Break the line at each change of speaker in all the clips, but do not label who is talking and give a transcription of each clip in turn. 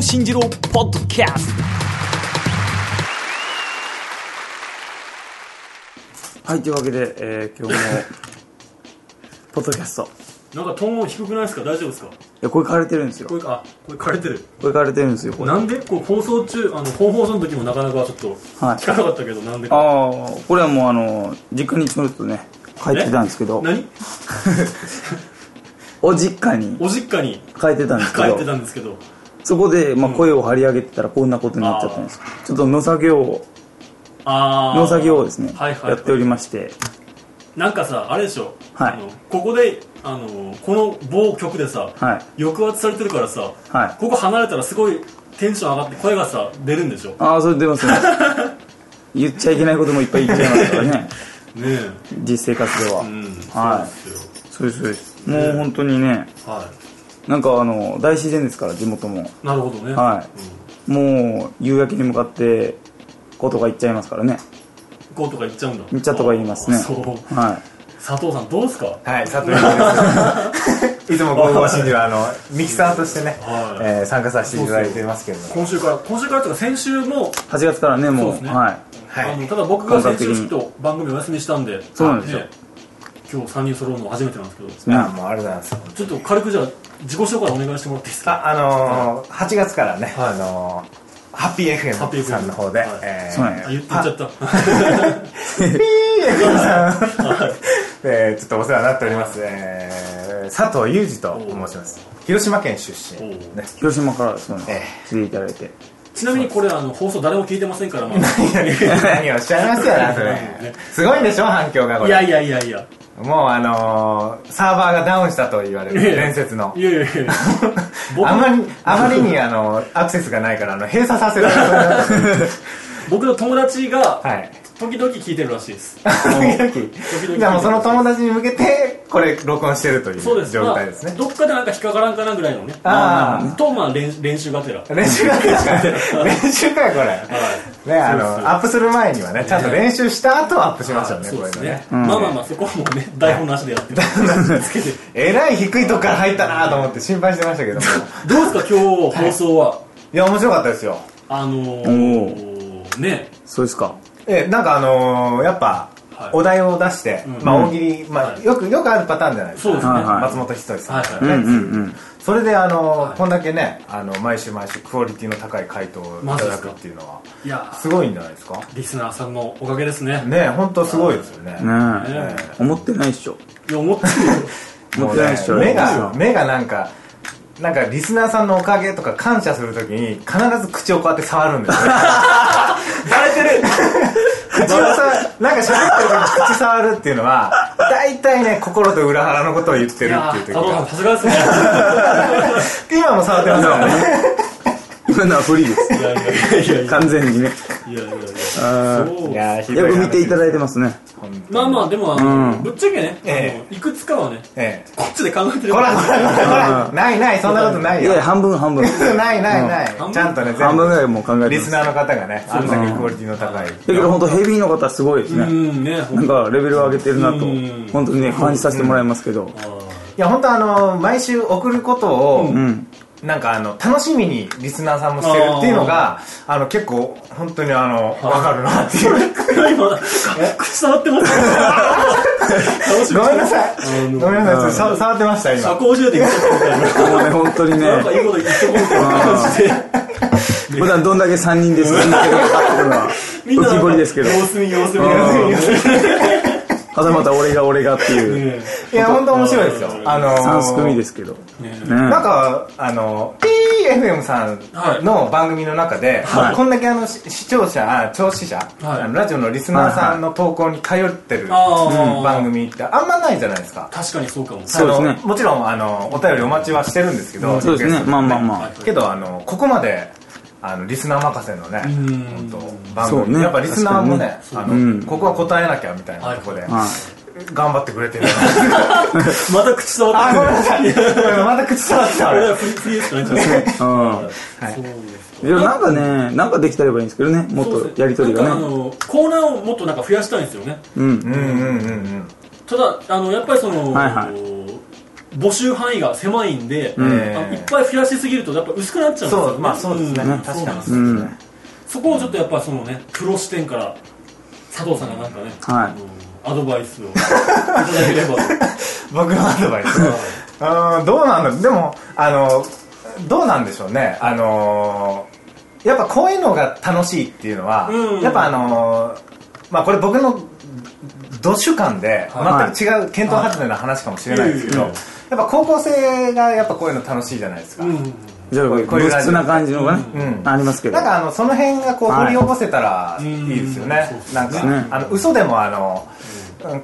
信じろポッドキャス
はい、というわけで、えー、今日も、ポッドキャスト。い
なんかトーン低くないですか大丈夫ですか
や、これ枯れてるんですよ。
これ、あ、これ枯れてる。
これ枯れてるんですよ、これ。
なんでこう放送中、あの、本放送の時もなかなかちょっと、
はい
聞かなかったけど、なんで
あ
か。
あ、これはもうあの、実家にちょっとね、帰ってきたんですけど、
何
お実家に
お実家に
帰ってたんですけ
帰って
ど、
たんですけど、
そこで、まあ、声を張り上げてたらこんなことになっちゃったんです。ちょっと農作業を、
あー。
農作業をですね、
はいはい、
やっておりまして、
なんかさ、あれでしょ、
はい
あの、ここで、あの、この某局でさ、
はい。
抑圧されてるからさ、
はい
ここ離れたらすごいテンション上がって声がさ、出るんでしょ。
ああ、それ出 ますね。言っちゃいけないこともいっぱい言っちゃいますから ね、
ね
実生活では。
え。うん。
はい
そうです
そうです、そうです。もう本当にね、
よ。は
なんかあの、大自然ですから、地元も。
い。なるほどね。
はい
うん
もう夕焼けに向かってことが言っちゃいますからね
こうとか言っちゃうんだ。
言っちゃとか言いますね
あーそう。
は
佐藤さんどうですか
はい、佐藤 由美です。いつもゴーゴー真珠はあのミキサーとしてね、
はい
えー参加させていただいてますけれども、
今週から今週からというか先週も、
い8月からね
そ
も
う
う
ですね
はい
は
あ
い、
のただ僕が先週ちょっと番組お休みしたんで
そうなんですよ
ね今日3人揃うの初めてなんですけど
ね
あもうあれなんですよ。
ちょっと軽くじゃあ自己紹介お願いしてもらっていいですか
あ、あのー、8月からね、あのー、ハッピー
ハッピー
FM さんの方で、
はい
えー
そうなんや
あ言って言っちゃった
ハッピー FM さん、 えーちょっとお世話になっております、えー佐藤裕二と申します。広島県出身
おう
ね。
広島からそうね
え
来ていただいて
ちなみにこれあの放送誰も聞いてませんからまあ
何をおっしゃいますよ な、それ。すごいんでしょ、反響がこれ。
いやいやいやいや
もうあのー、サーバーがダウンしたと言われる 伝説の
い。やいやいや僕
あまり、あまりにあのー、アクセスがないから、あの、閉鎖させる。
僕の友達が
はい。
時々聞いてるらしいです
時々。じゃあもうその友達に向けて、これ、録音してるとい
そうで
う
す
状態です
まあ
ね。
どっかでなんか引っかからんかなぐらいのね
あ
とまあ練練習がてら
あ、練習会で すか練習会これ。ね、あの、アップする前にはね、ちゃんと練習した後アップしましょうね、
そう
こ
です
れね
ね。まあまあまあそこはもうね台本なしでやってるつけて
えらい低いとこから入ったなと思って心配してましたけ ども。
どうですか今日放送は、
いや、面白かったですよ。
あのー、ね
そうですか
えなんかあのーやっぱ、
はい
お題を出して、
ん
まあ、大喜利、ま
は
あ、
い
よくよくあるパターンじゃないですか
そうですね、
はい
松本人志さんとかね、
は
うんうんうん
それで、あのーこんだけねあの毎週毎週クオリティの高い回答をい
マジ
た
っ
だ
すか、
くっていうのはい
や
すごいんじゃないですか
リスナーさんのおかげですね
ね本当すごいですよね
ね
ね
え思ってないっしょ
いや思って るよ
思
も
っ
う
て
ね
ないっしょ
目が目がなんかなんかリスナーさんのおかげとか感謝するときに必ず口をこうやって触るんですよね
バレてる
口をさなんか喋ってる時に口触るっていうのは大体ね心と裏腹のことを言って
い
る
や
っ
ー
ていう
佐
時
藤
が
さんさすがですねい
今も触ってますからね
今のはフリーです
やいやいやいやいや
完全にね
いやいやいや
あ
そう
いやーひ
よ
どい
く見ていただ
い
いてますね
まあまあでもあの、ぶっちゃけね、あ
え
のいくつかはね
ええ
こっちで考えてる
ほらほらほらほらないないそんなことないいよ
や半分半分
ないないない
うん
ちゃんとね
半分
全
ぐ
部
らいもう考えて
リ
ま
ス
す
ナーの方がねあんだけクオリティの高い
だけど本当ヘビーの方すごいです
う
ね
んねほ
なん
ん
かレベルを上げてるなと
うん
本当にね感じさせてもらいますけど
あー
いや本当あの毎週送ることを
うん
なんかあの楽しみにリスナーさんもしてるっていうのがあの結構本当にあのわかるなっていう
今 口触ってますね楽しみ
ごめんなさい
あの
ごめんなさいちょっと触ってました
社
今
交辞令で言っちゃったみたいな
もうね本当にね
なんかいいこと言ってこうみたいな感じで、
普段どんだけ3人ですかっていうのが
みんな
浮き彫りですけど
様子見様子見様子
はたまた俺が俺がって
見
いう
ね
いや本当面白いですよあの
3組ですけど
ね
ね
なんか、あの、PFM さんの番組の中で、
はい
こんだけあの、し視聴者、あ、聴取者、あのラジオのリスナーさんの投稿に頼ってる、
あー
うん番組ってあんまないじゃないですか。
確かにそうかも
そうですね
あのもちろん、あの、お便りお待ちはしてるんですけど、
そうです
リクエ
ね
スト
まあまあまあ
あ
けど、あの、ここまで、あの、リスナー任せのね、
ん
本当番組、
そうね
やっぱリスナーもね、
確
あ
にね
の、
うん
ここは答えなきゃみたいなとこで、
はい
頑張ってくれて るな。
また口触っ
あ、
て
ご
る
めんなさい。また口触ってた、
これ
俺
は。フリフリーしかないんじゃないですか
うん
そうです
いやなんかねなんかできたればいいんですけどねもっ
そうです
とやりとり
な
が
んかあ
ね
のコーナーをもっとなんか増やしたいんですよね
うん
うんうんうんうん。
ただあのやっぱりその、
はいは
募集範囲が狭いんで、
ん
あのいっぱい増やしすぎるとやっぱ薄くなっちゃうんですよ、
そう、まあそうですね。
ん
確かに
そう
そ
なんです
うですね。
そこをちょっとやっぱそのねプロ視点から佐藤さんがなんかね、
はい
うんアドバイスをいただければ
僕のアドバイス。うん、どうなんだろうでも、あの、どうなんでしょうね。あの、やっぱこういうのが楽しいっていうのは、
うん
やっぱあの、まあこれ僕の、ど主観で、
はい
全く違う、検討外れな話かもしれないですけど、
は
や
い
っぱ高校生がやっぱこういうの楽しいじゃないですか。
うん
じゃあ、
こういうこういう
物質な感じのがね、
うん
ありますけど。
なんかあのその辺がこう
はい
掘り起こせたらいいですよね、
うん
なんか、
そうですね
あの嘘でもあの、うん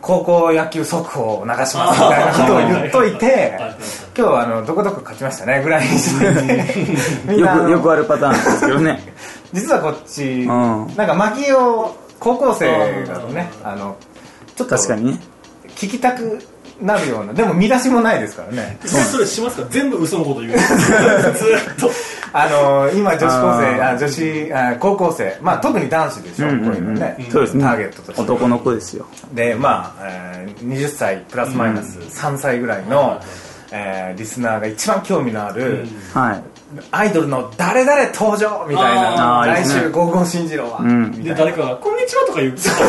高校野球速報を流しますみたいなことを言っといて
はい
今日はあのどこどこ勝ちましたねぐらいにしててみん
よ
なあの
く、よくあるパターンですけどね。
実はこっち、
ん
なんか巻きを高校生だとねあの ちょっと
確かにね。
聞きたくなるようなでも見出しもないですからね
実際それしますか全部嘘のこと言うずーっと
あの今女子高生
あ
あ女子あ高校生まあ特に男子でしょ、
うんうんうん
こういうのね、
そうですね。
ターゲットとして
男の子ですよ。
でまあ、えー20歳プラスマイナス3歳ぐらいの、えーリスナーが一番興味のある、
はい。
アイドルの誰々登場みたいな
あーいい
来
ですね
週ゴーゴー新次郎は、
ん
みた
で
いな
誰かが「こんにちは」とか言うそう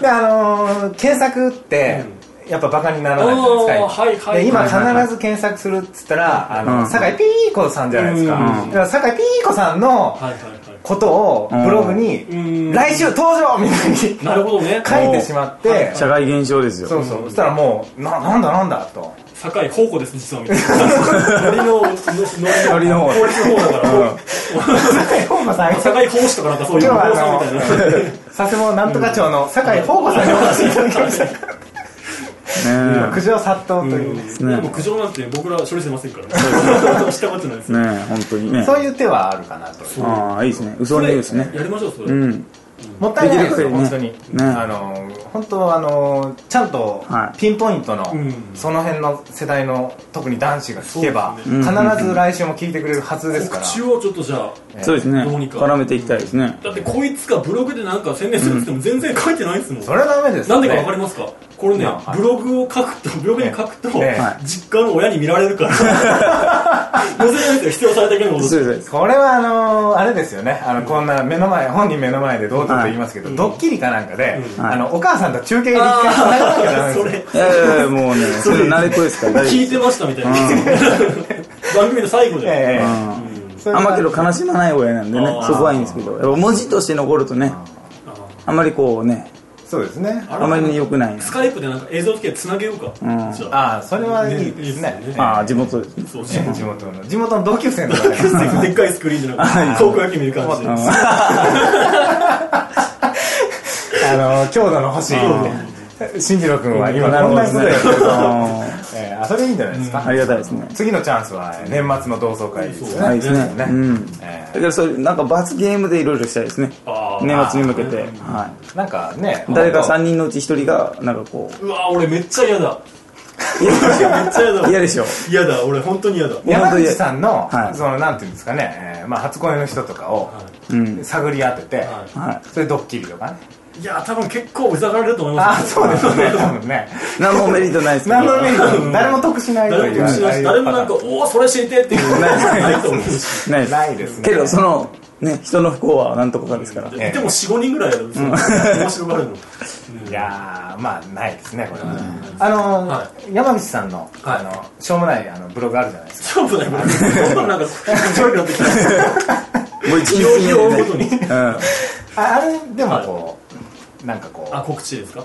であのー検索って、やっぱバカにならないじゃないですか、
おーはいはい
で今
はい
はいはい
必ず検索するっつったら、あの
うん
酒井ピーコさんじゃないですか、
うん
だから酒井ピーコさんの
はいはいは
ことをブログに、
うん
来週登場みたいに 書い
いなるほどね
てしまって、
社会現象です
そ
よ。
うそう、そしたらもうななんだなんだと
堺宝庫です実はみたいなノリ
リ
の
の方
法律の方だから
酒井宝子さん今
堺奉仕とかなんかそうい
日
う
は
坊さんみたいな
あの佐世保なんとか町の酒井宝子さんにお 越しいただきました
ね
苦情殺到というね
うんでも苦情なんて僕ら処理してませんからねしたことないです
え。
よ
ねえ、本当にね。
そういう手はあるかなと
ああ、いいですね。嘘ニュースね。
やりましょうそれ
うん。
もったいないですよ
できる
本
だ
当
けね
に
ね
あの本当あのちゃんと
はい
ピンポイントの
ん
その辺の世代の特に男子が聞けば
そう
必ず来週も聞いてくれるはずですか
告知
ら
をちょっとじゃあ
そうですね。
どうにか
絡めていきたいですね。
だってこいつがブログでなんか宣伝するって言っても全然書いてないですもん
それはダメです
なんでかわか
り
りますかこれね
なはい
ブログを書 くとブログに書くと
え
え
実家の親に見られ るから載せないですよ必要されたけのこと
そうです。
これはあのあれですよねあのこんな目の前本人目の前でどうぞと言いますけどドッキリかなんかで
ん
あのお母さんと中継で一回繋がなきゃダメです
そ
よ
れ
いやいやもうね、それ慣れっこですから、大丈夫
聞
で
いてましたみたいな番組の最後で
ええ
す。あんまけど悲しまない親なんでね
あ、ー
そこはいいんですけど、やっぱ文字として残るとね、あんまりこうね、
そうですね
あまりに良くないな
スカイプでなんか映像付きでつなげようか
ん
じゃあ
ああそれはいいですね
いいですね
ああ、地元ですね。
そうしよ
え
う
え地元の地元の同級生の方 が
でっかいスクリーンじゃなくて高校野球見る感じで
あの強度の星進次郎君は今
なる
こ
ほ
ん
ど
な
ですね
ことやってると
あ
ええあそれいいんじゃないです
ーあ
か
りがたいですね。
次のチャンスは年末の同窓会ですよ
は
ね
いですね。うん。
え
だからそれ、なんか罰ゲームでいろいろしたいですね。
あー
年末に向けて。は
えなんかね
い。誰か3人のうち1人が、なんかこ
うわ俺めっちゃ 嫌だ
う、
めっちゃ嫌だ
嫌でしょ。
嫌だ俺本当に嫌だ
山口さんの、
はい
そのなんていうんですかね、えーまあ、初恋の人とかを
うん。
探り当てて、
は
は
それドッキリとかね、
いいや多分結構うざがられると思い
あ
ま
あ
すよ
そうですよ ね多分ね
い。何もメリットないですけど。
何のメリットも誰も得しないと
誰
い
も
う
気にしないし誰もなんか「おおそれ知りて」っていうのないと思うし
ないです。
ないですね
けど、その、ね、人の不幸はなんとかかですから。
ええ
でも45人ぐらいやるんですよ面白がるの
いやーまあないですねこれは、あのー
は
山口さんの,、
はい
あのしょうもないあのブログあるじゃないですか
勝負ないもんどんどんなんか面白くなってきた
もう一
日を日を追う
日
ごとに
うん。
ああれでもこう、なんかこ
あ
う
告知ですか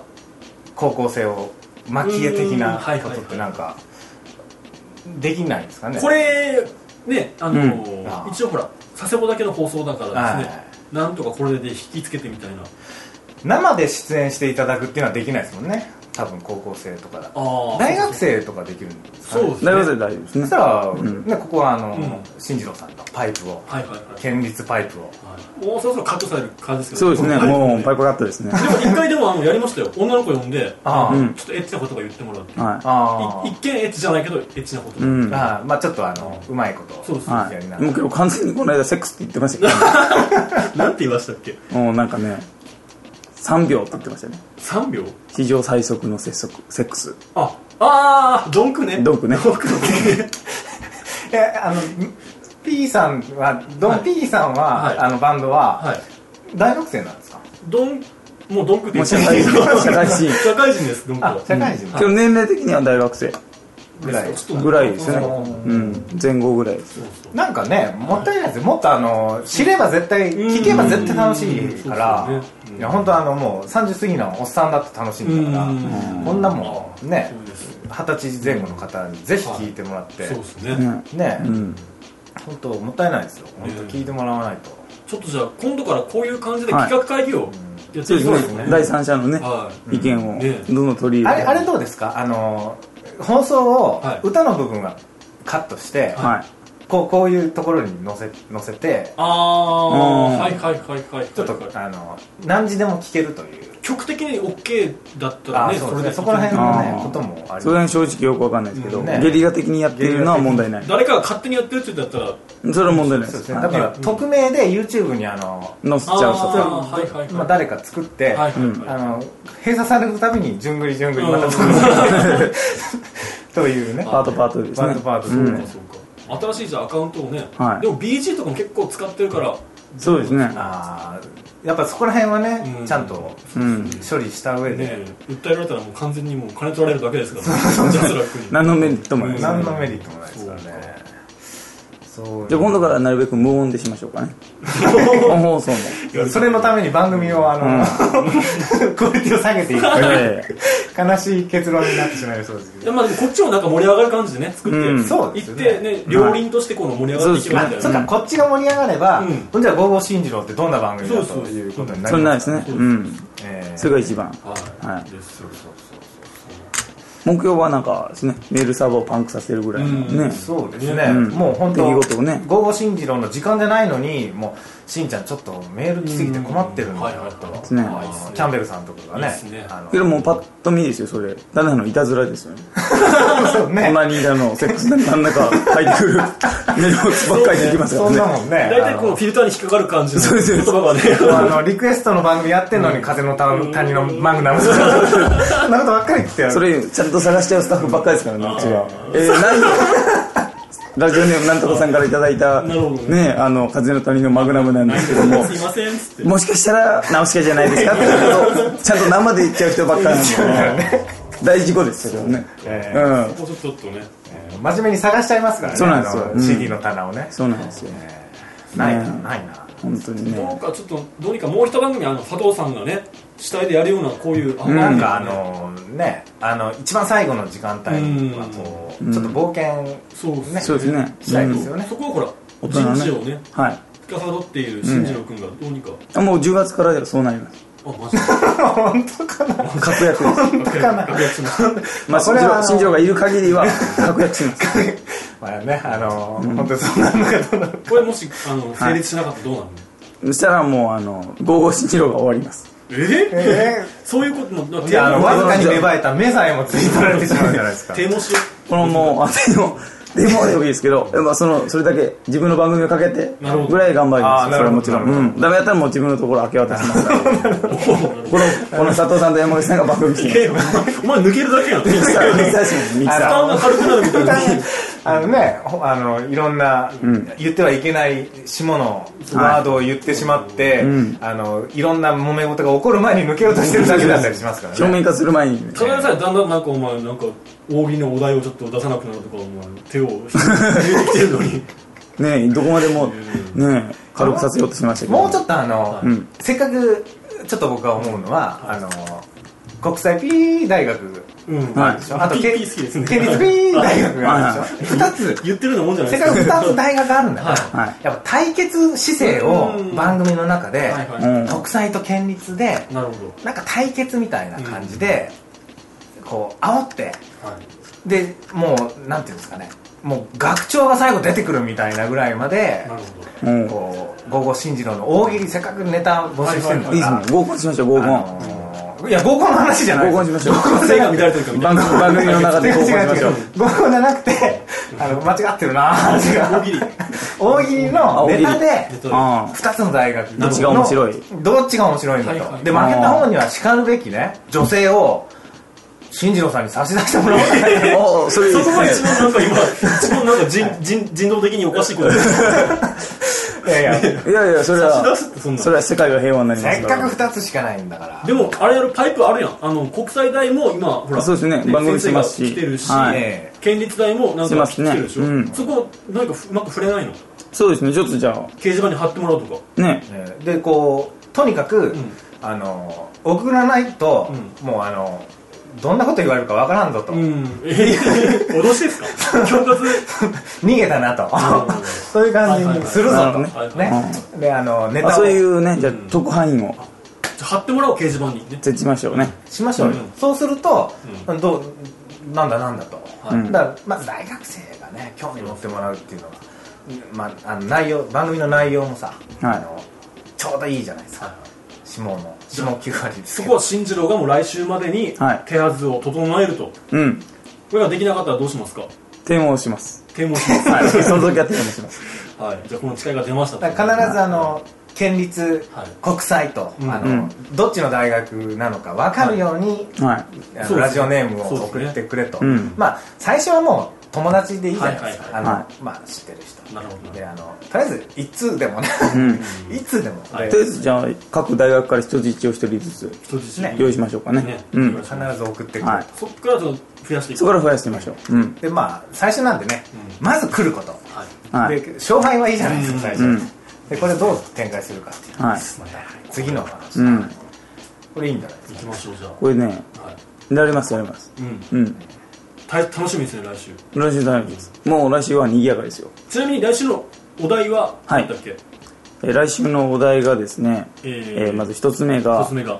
高校生を蒔絵的
うん
な
はいはい
ことってなんかできないんですかね
これねあの
んあ
ー一応ほら佐世保だけの放送だからです
は
ねなんとかこれで引きつけてみたいな
生で出演していただくっていうのはできないですもんね多分高校生とかだ
ああ
大学生とかできるんですかね
そうですね
大丈夫大丈夫です
そし
ね
た。ら、ね、ここはあの、
ん
進次郎さんのパイプを
はいはいはい
県立パイプを
はいもうそろそろカットされる感じですけ
そう
ど
ですね、もうパイプカットですね。
でも一回でもあのやりましたよ女の子呼んで
あー、
うん
ちょっとエッチなことが言ってもらうっていう
はい。
あ
い一見エッチじゃないけどエッチなこと
う
だ
ん。は。
ああまあちょっとあのうまいこと
そうです
やりない
もうけど完全にこの間セックスって言ってましたけ
なんて言いましたっけ
ど、もうなんかね、3秒って言ってましたね。
3秒
史上最速のセックス。
あああドンクね
ドンクね
ドンクね
えあの P さんはドン、
はい
P さんは、
はい
あのバンドは、
はい
大学生なんですか
ドンもうドンクって
も
言
う
って
社会人
ます
社会人
社会人ですドンクは
あ社会人
今日年齢的には大学生
ぐらい
ちょっと
ぐらいですね
そう
うん前後ぐらいです
なんかねもったいないですよもっとあの知れば絶対聞けば絶対楽しいから
うんそうですね
いや本当あのもう30過ぎのおっさんだって楽しいんだから
うん
こんなもんね
そうです
二十歳前後の方にぜひ聞いてもらって
そうですね、
ね
ね
うん
本当もったいないですよ本当聞いてもらわないと
ちょっとじゃあ今度からこういう感じで企画会議をやって
そう
い
です
きた
ね
いですね、
第三者のね
は
意見を
ね
どんどん取り
あ
入
れ
れて
あれどうですかあの放送を
はい
歌の部分はカットして
はい
こうこういうところに載せ載せて
ああ
うん
はいはいはいはい
ちょっとあの何時でも聞けるという
曲的に OK だったら
あ
ね
そうですね
で
そこら辺
あ
のね
ー
こともあり
それは正直よくわかんないですけど、
うんね
ゲリラ的にやってるのは問題ない
誰かが勝手にやってるって言ったら
それは問題ないで
そうですすね。だから、匿名で YouTube にあの、
載せちゃう
あ
人
ーはいはいはい
まあ誰か作っ
は
て、
いはい
あ
はい
の、閉鎖されるたびに、じゅんぐりじゅんぐりまた
うん
というね。
パートパートです
パー
ね
トパート
うん
で
そうか新しいじゃあアカウントをね、
はい
でも BG とかも結構使ってるから
そうですね
あーやっぱそこら辺は
う
ね、
ん
ちゃんと
うん
処理した上
ね
で、
訴えられたらもう完全にもう金取られるだけですからねジャスラックに
何のメリットもないです、
何のメリットもないですからね。そう
じゃあ今度からなるべく無音でしましょうか ね本放送も
それのために番組をあの、 クオリティを下げていくという
ええ
悲しい結論になってしまいそうですけ
い
ど
やまあでもこっちもなんか盛り上がる感じでね作って、
うん
そうで
行
す
っ
ね
てね両輪としてこの盛り上がっていけばみたい
そっ
な、
か、こっちが盛り上がれば、
うん
ほんじゃあ、ゴーゴー新次郎ってどんな番組だ
そうそう
ということにな
そ
り
れない
ま
ですす
ね。
ねうん
え
それが一番
はい、
はい
ですそうそう
目標はなんかですねメールサーバーをパンクさせるぐらいの
う
ね
ーそうですね、
うん
もう本当、
出来
ゴ
事をね
ーゴー新次郎の時間じゃないのに、もう、しんちゃん、ちょっとメール来すぎて困ってるんだ
はい
よ
はい
と、
はい
すね
あのキャンベルさんとかが
いい
ね
っすね、
あの
けどもうパッと見ですよそれただのいたずらですよね
そうね、
隣にいたのセックスなんかなんか入ってく るメールボックスばっかりできますか
そんな
ら
も
ね
んね、
大体こ
あ
のフィルターに引っかかる感じの
そうです
言葉がね
のあのリクエストの番組やってんのに、風の谷谷のマグナ ムとか、そんなことばっかり来てや
そ
る。
れちゃんと探しちゃうスタッフばっかりですからねうちはえー、なんラジオネームなんとかさんからいただいた
なるほどね
ねあの風の谷のマグナムなんですけど も
すいませんっつって
もしかしたら直しかじゃないですかってことをちゃんと生で言っちゃう人ばっかりなんで 大事故ですよね、
えー
うん
もうちょっとね
真面目に探しちゃいますからね、
そうなんですよ
あの
うん
CD の棚をね。
そうなんですよ
ないな、
ね
ないな。
本当に
どう
ね
かちょっとどうにかもう一番組あの佐藤さんがね主体でやるようなこういうあん
なん
ね
かあのね、あの一番最後の時間帯はこう、
うん
ちょっと冒険
そうっす
ね
そうですね
したいです
うん
よね。
そこをほら
大人
人
ね
事をね
はい
司っている新次郎君がどうにか、
あもう10月からではそうなります
あマジで
本当かな。
確約です
楽屋楽屋しました
まあ
こ
新
れは
庄
あの
新庄がいる限 りは確約します
まあね、あの、本当にそうなのかどうなのか。
これもしあの成立しなかったらどうなるの、
そしたらもうあの55新庄が終わります
ええ
え
そういうことの
ー、じゃああの
わ
わずかに芽生えた目さえもつい取られてしまうんじゃないで すか。
手もし
このもうあで もでもでもいいですけど、まあ、そのそれだけ自分の番組をかけて
なるほど
ぐらい頑張りま
あー
す
な
それ
る
はも
ほど
ちろん、
なる
う
ほ
ん、ダメだったらもう自分のところ明け渡します から
おー
このこの佐藤さんと山口さんが番組して
えお前お前抜けるだ けやん 負
ミキサーミキサーしミキサー
担が軽くなるみたいな
あのね、ほあのいろんな、言ってはいけない下のワードを言ってしまって、い
ん
あのいろんな揉め事が起こる前に抜けようとしてるだけだったりしますからね。
表面化する前にね
それでさえだんだんなんかお前なんか大喜利のお題をちょっと出さなくなるとかお前手を入れてきてるの に
ねどこまでもね軽くさせようとしましたけど
もうちょっとあの、
ん
せっかくちょっと僕は思うのは、あの国際 P 大学
うん、
はい
でしょあと
ピ
け
ーピー好きですね
県立 P 大学があるでしょ2つ
言ってるのもんじゃない
せっ
で
か
す
く
か
2つ大学あるんだから、
はいはい
やっぱ対決姿勢
うん
を番組の中で、
はいはい
うん
国際と県立で
なるほど
なんか対決みたいな感じで、こう煽って
はい
でもうなんていうんですかねもう学長が最後出てくるみたいなぐらいまで
なるほど
うん
こう午後進次郎の大喜利せっかくネタ募集してるんだ
は
か
いい
ら、
ですね合コンしましょう合
あ
コン
のーいや合コンの話じゃない
合コンしましょう
手が乱れてるかみた
番
いな
組番組の中で
違
合
う
コンし
違
ま
う
し
違
ょ
う
う
合コンじゃなくてあの間違ってるな話が
大喜利
大喜利のネタで
ネタで
あ
2つの大学の
どっちが面白い
どっちが面白いんだと、
はいはい
で負けた方には叱るべきね女性を進次郎さんに差し出してもらおうかな
ああ、それいい
そ
で
こが一
すね。
番なんか今、一番なんか人人人道的におかしいことです。
いやいや
いやいや、それ
差
は
し出すってそん、な
それは世界が平和になりま
せ
す
っ
か。
からく2つしかないんだから
でも、あれやるパイプあるやん。あの、国際大も今、ほら、
そうですね番組しますし
先生が来てるし、
はい
え
県立大もなん
し
か
ます
来
ね
てるでしょ。
うん
そこ、なんかうまく触れないの掲
そうですね、ちょっとじゃ
示板に貼ってもらうとか。
あ、ね。
えええでこうとにかく、
ん
あの送らないと、もうあのどんなこと言われるかわからんぞと、
うん。えー、脅しですか恐喝
逃げたなと、
うん
そういう感じにするぞ
はいはい
と、
はいなるほど
ね
ね
であのネ
あ
タを
そういうね、じゃあ、特派員を
じゃあ貼ってもらおう、掲示板にね。
設置しましょうね。
しましょうよ、
うん
そうすると、どうなんだなんだと、
うん
だからまず大学生がね興味持ってもらうっていうのは、まあ、あの内容番組の内容もさ、
はい
あのちょうどいいじゃないですか下の下9割です
そ
け
こ
ど
は新次郎がもう来週までに
はい
手はずを整えると、
うん。
これができなかったらどうしますか
点を押します。
啓蒙します
は。
はいい、
その時は点を押します。
じゃあこの誓いが出ました
だから必ずあの県立、
はい
国際と、
うん
あの
うん
どっちの大学なのか分かるように、
はい。
あの
そうですね
ラジオネーム
そう
を
です
送
ね
ってくれと、
うん
まあ最初はもう友達でいいじゃないです
はい
か
は
あ
い
はい
のまあ知ってる人
なるほど
であのとりあえず一通でもね、
うん。
いつでも、
はい
とりあえず、じゃあ、各大学から人質を一人ずつ
人質
ね
用意しましょうかね
ね。
うん。
必ず送ってくる、
はい。
そっからちょっと増やしていく
そこから増やしてみましょう。うん。
でまあ最初なんでね、まず来ること、
は
は
い
い。
で勝敗はいいじゃないですか最初、
うん
でこれどう展開するかっていう
はい。
次の話、
うん。
これいいんじゃないです
行
か
きましょうじゃあ
これね、
はい
やります、やります。
うん
うん。
た楽しみですね来週
来週大丈夫です。もう来週は賑やかですよ。
ちなみに来週のお題は
はい
何だっけ、
えー来週のお題がですね、
え
え
ー
ーまず一つ目
お
が
すす、めが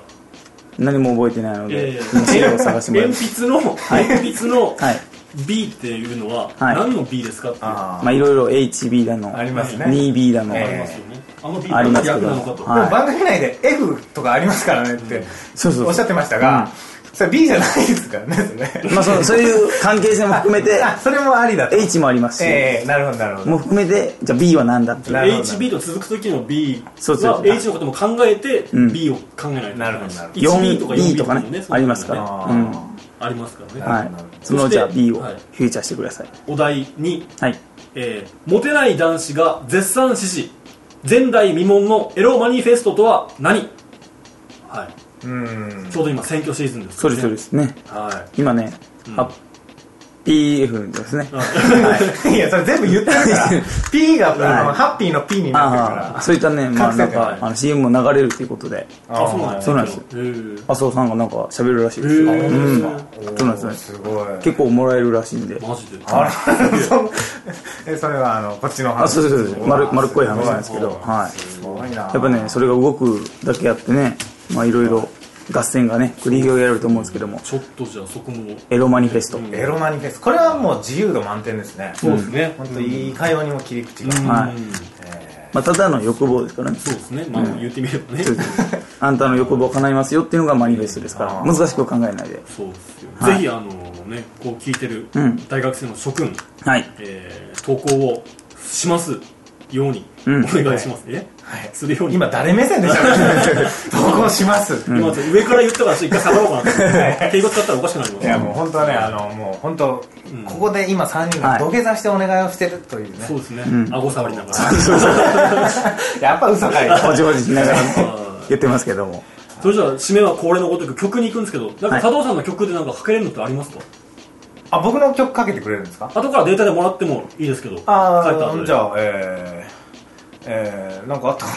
何も覚えてないの
い
で
やいやい、や
資料を探してもらいま
鉛
す。
筆の鉛筆の
はい。
B っていうのは
はい
何の B ですかっていうあ
あ
まあいろいろ HB だの、
あありますね
2B だの、
え
り
え
ますよねあの B
ありま
が
すけ
役
ど
なのかと、
あ
はい
でも番組内で F とかありますからねって
そうそうそう
おっしゃってましたが、それ B じゃないですからねそれ
まあそのそういう関係性も含めて、
あそれもありだと
H もありますし、
ええなるほどなるほど
もう含めて、じゃあ B は何だっていう。
なるほど
HB と続く時の B
そうそう
は
そう
H のことも考えて
ん
B を考えないと
なるほどなるほど
1B とか
4B とか
4B も
ね、ありますから。
あ
う
ー
ん。
ありますからね、
は
はい。そのじゃあ B をフューチャーしてください。
お題に、
はい。
えーモテない男子が絶賛支持前代未聞のエロマニフェストとは何はい
うん
ちょうど今選挙シーズンです
そ
か
う
ら
です、そう
ね
ですね。
は
今ね、あ PF ですね。
いやそれ全部言ってるから P が、あ
は
の
い
ハッピーの P になってる
ああ、
か
そういったね、まあ
各
な
世
ん
界
か、あの CM も流れるということで、
ら
あそうなん
あ
で
ー
す
そうなんですよ
よ
麻生さんがなんか喋るらしいですよ。
へー
うん。
おー
そうなんですね
すごい
結構もらえるらしいんで。
マジで
あらそ えそれはあのこっちの話
あ、そうそうそうそう。丸丸っこい話なんですけど、
すごい
はい。
すごいな
やっぱね、それが動くだけあってね、まあいろいろ合戦がね、繰り広げられると思うんですけども、
ちょっとじゃあそこも
エロマニフェスト。
エロマニフェスこれはもう自由度満点ですね
そうですね、
本当いい会話にも切り口が、
うん
はい
え
まあただの欲望です からね。
そうですねまあ言ってみればね、
そうですねあんたの欲望を叶えますよっていうのがマニフェストですから、
あ
難しく考えないで。
そうですよ、
はい
ぜひあのねこう聞いてる
うん
大学生の諸君、
はい。
えー投稿をしますように
うん
お願いしますね、
はい
するよう
ー
に
今誰目線でしゃべ ってる投稿します、
今ちょっと上から言ったからちょっと一回下がろうかなと思って敬語使ったらおかしくなります
いやもう本当はねあのもう本当、ここで今3人
は
が
い
土下座してお願いをしてるというね、
そうですね、顎触り ながら
やっぱ嘘かい
ほじほじしながらね
は
言ってますけども。
それじゃあ締めは恒例のごとく曲に行くんですけどなんか
はい
佐藤さんの曲でなんかかけれるのってありますか、
あ僕の曲かけてくれるんですか
後からデータでもらってもいいですけど
あ
書いた後
あ
で
じゃあえー、えー、なんかあったか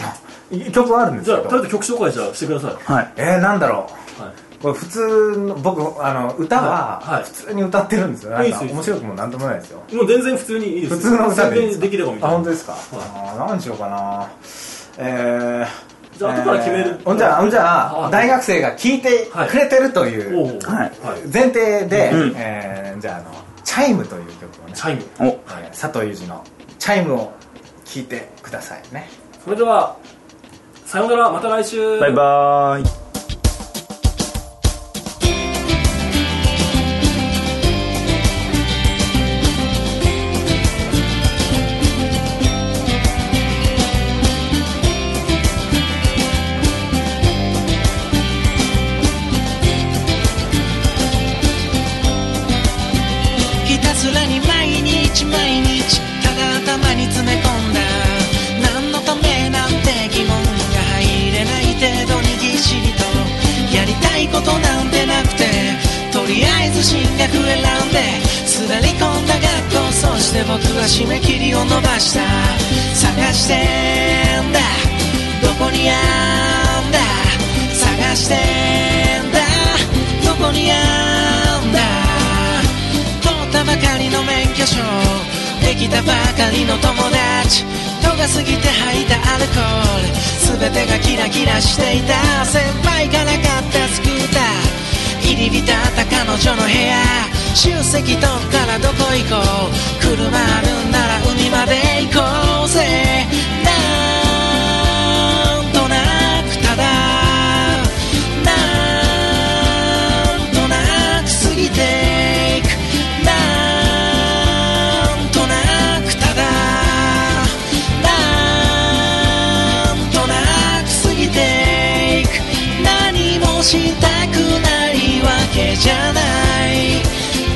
ない曲はあるんです
じゃあ
け
とりあえ
ど
ず曲紹介じゃあしてください、はい
はい。
えー、なんだろうこれ普通の僕あの歌
はいは
はい普通に歌ってるんですよ、
いいっ
なん
す
か
いいっす
面白くもなんともないですよ
もう全然普通にいいですよ
普通の歌でい
宣
いす
伝
か
できればみた
あ
い
本
な
当ですか、あー何しようかなえー、
じゃあ後から決める
えーほんじゃあほんじゃ
は
あ
い
大学生が聞いてくれてるとい
お
う
う
はい
前提で、
うん
えーじゃああの「チャイム」という曲をね
チャイム
お、
えー佐藤裕二の「チャイム」を聞いてくださいね
それではさようならまた来週
バイバーイ。
「立進学選んですべり込んだ学校そして僕は締め切りを伸ばした探してんだどこにあんだ探してんだどこにあんだ取ったばかりの免許証できたばかりの友達度が過ぎて吐いたアルコール全てがキラキラしていた先輩から買ったスクーター入り浸った彼女の部屋集積とからどこ行こう車あるんなら海まで行こうぜなんとなくただなんとなく過ぎていくなんとなくただなんとなく過ぎていく何もしたくないわけじゃない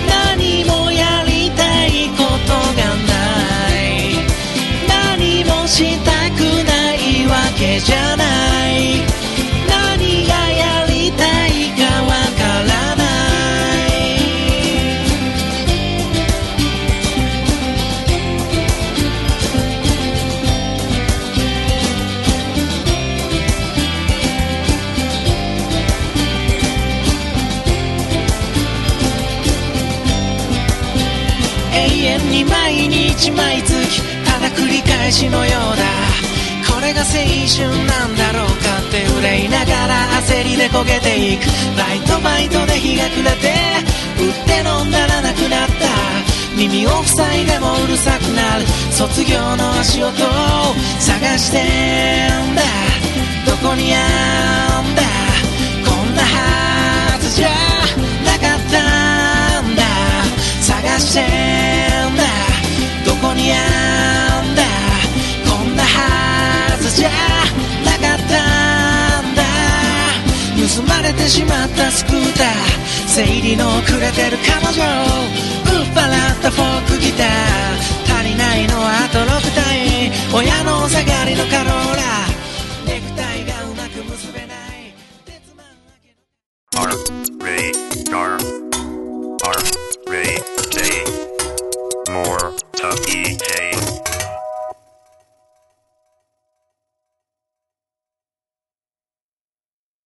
何もやりたいことがない何もしたくないわけじゃない何がやりたいかわからない永遠に毎日毎月ただ繰り返しのようだこれが青春なんだろうかって憂いながら焦りで焦げていくバイトバイトで日が暮れて売って飲んだらなくなった耳を塞いでもうるさくなる卒業の足音を探してんだどこにあんだこんなはずじゃなかったんだ探してんだどこにあんだこんなはずじゃなかったんだ盗まれてしまったスクーター整理の遅れてる彼女売っ払ったフォークギター足りないのはあと6体親のお下がりのカローラネクタイがうまく結べない鉄マンだけど
Radar.